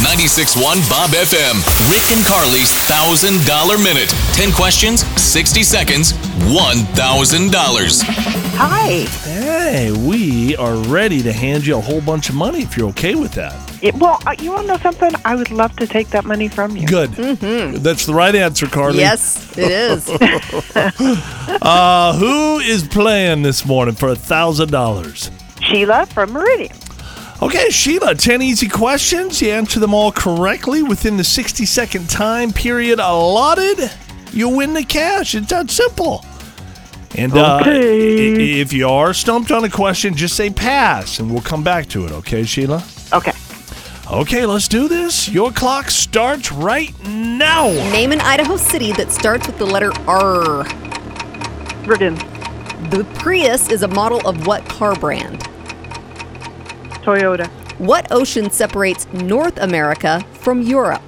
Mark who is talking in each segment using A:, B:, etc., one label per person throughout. A: 96.1 Bob FM. Rick and Carly's $1,000 Minute. 10 questions, 60 seconds, $1,000.
B: Hi.
C: Hey, we are ready to hand you a whole bunch of money if you're okay with that.
B: Yeah, well, uh, you want to know something? I would love to take that money from you.
C: Good. Mm-hmm. That's the right answer, Carly.
D: Yes, it is.
C: Uh, who is playing this morning for a thousand dollars?
B: Sheila from Meridian.
C: Okay, Sheila, 10 easy questions. You answer them all correctly within the 60 second time period allotted. You win the cash. It's that simple. And uh,
B: Okay.
C: i- i- if you are stumped on a question, just say pass and we'll come back to it, okay, Sheila?
B: Okay.
C: Okay, let's do this. Your clock starts right now.
D: Name an Idaho city that starts with the letter R.
B: Ribbon.
D: The Prius is a model of what car brand?
B: Toyota.
D: What ocean separates North America from Europe?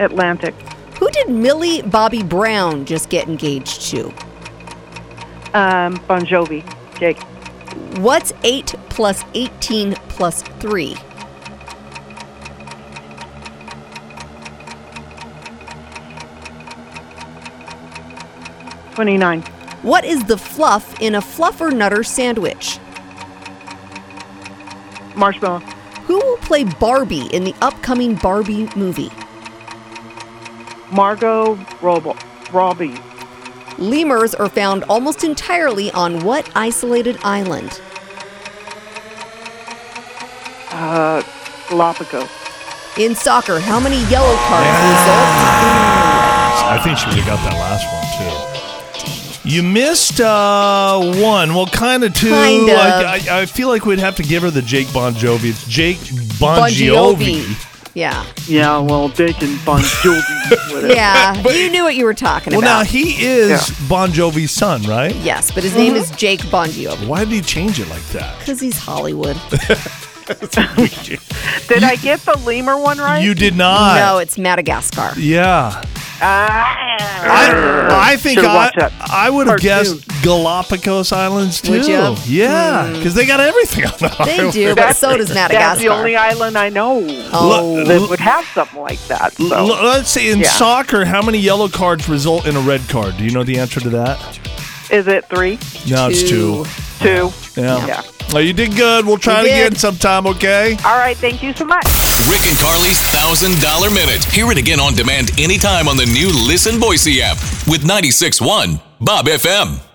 B: Atlantic.
D: Who did Millie Bobby Brown just get engaged to?
B: Um, bon Jovi. Jake.
D: What's 8 plus 18 plus 3?
B: Twenty-nine.
D: What is the fluff in a fluffer nutter sandwich?
B: Marshmallow.
D: Who will play Barbie in the upcoming Barbie movie?
B: Margot Robo. Robbie.
D: Lemurs are found almost entirely on what isolated island?
B: Uh, Galapagos.
D: In soccer, how many yellow cards
C: I think she would have got that last one too. You missed uh, one. Well, kind of two.
D: Kind of.
C: I, I, I feel like we'd have to give her the Jake Bon Jovi. It's Jake Bon,
D: result?
C: Jovi.
D: Yeah.
B: Yeah, well, Jake and Bon Jovi. whatever.
D: Yeah. you knew what you were talking
C: Well, now
D: about.
C: he is
B: Yeah.
C: Bon Jovi's son, right?
D: yes, but his name is Jake Bongio
C: Why did he change it like that?
D: because he's Hollywood.
B: Did I get the lemur one right?
C: You did not.
D: no, it's Madagascar.
C: Yeah.
B: Ah.
C: I, I think
B: Should've
C: I,
B: watched that
C: I would have
B: cartoon.
C: guessed Galapagos Islands too.
D: Would ya? Hmm.
C: Yeah, because they got everything on the
D: They
C: island.
D: do, but so does Madagascar.
B: That's the only island I know
D: Oh.
B: that would have something like that. So.
C: L- let's say in
B: Yeah.
C: soccer, how many yellow cards result in a red card? Do you know the answer to that?
B: Is it three?
C: No, it's two.
B: Two?
C: Yeah.
B: Yeah.
C: Well, you did good. We'll try
D: We
C: it again
D: did.
C: sometime, okay?
B: All right, thank you so much.
A: Rick and Carly's $1,000 Minute. Hear it again on demand anytime on the new Listen Boise app with 96.1 Bob FM.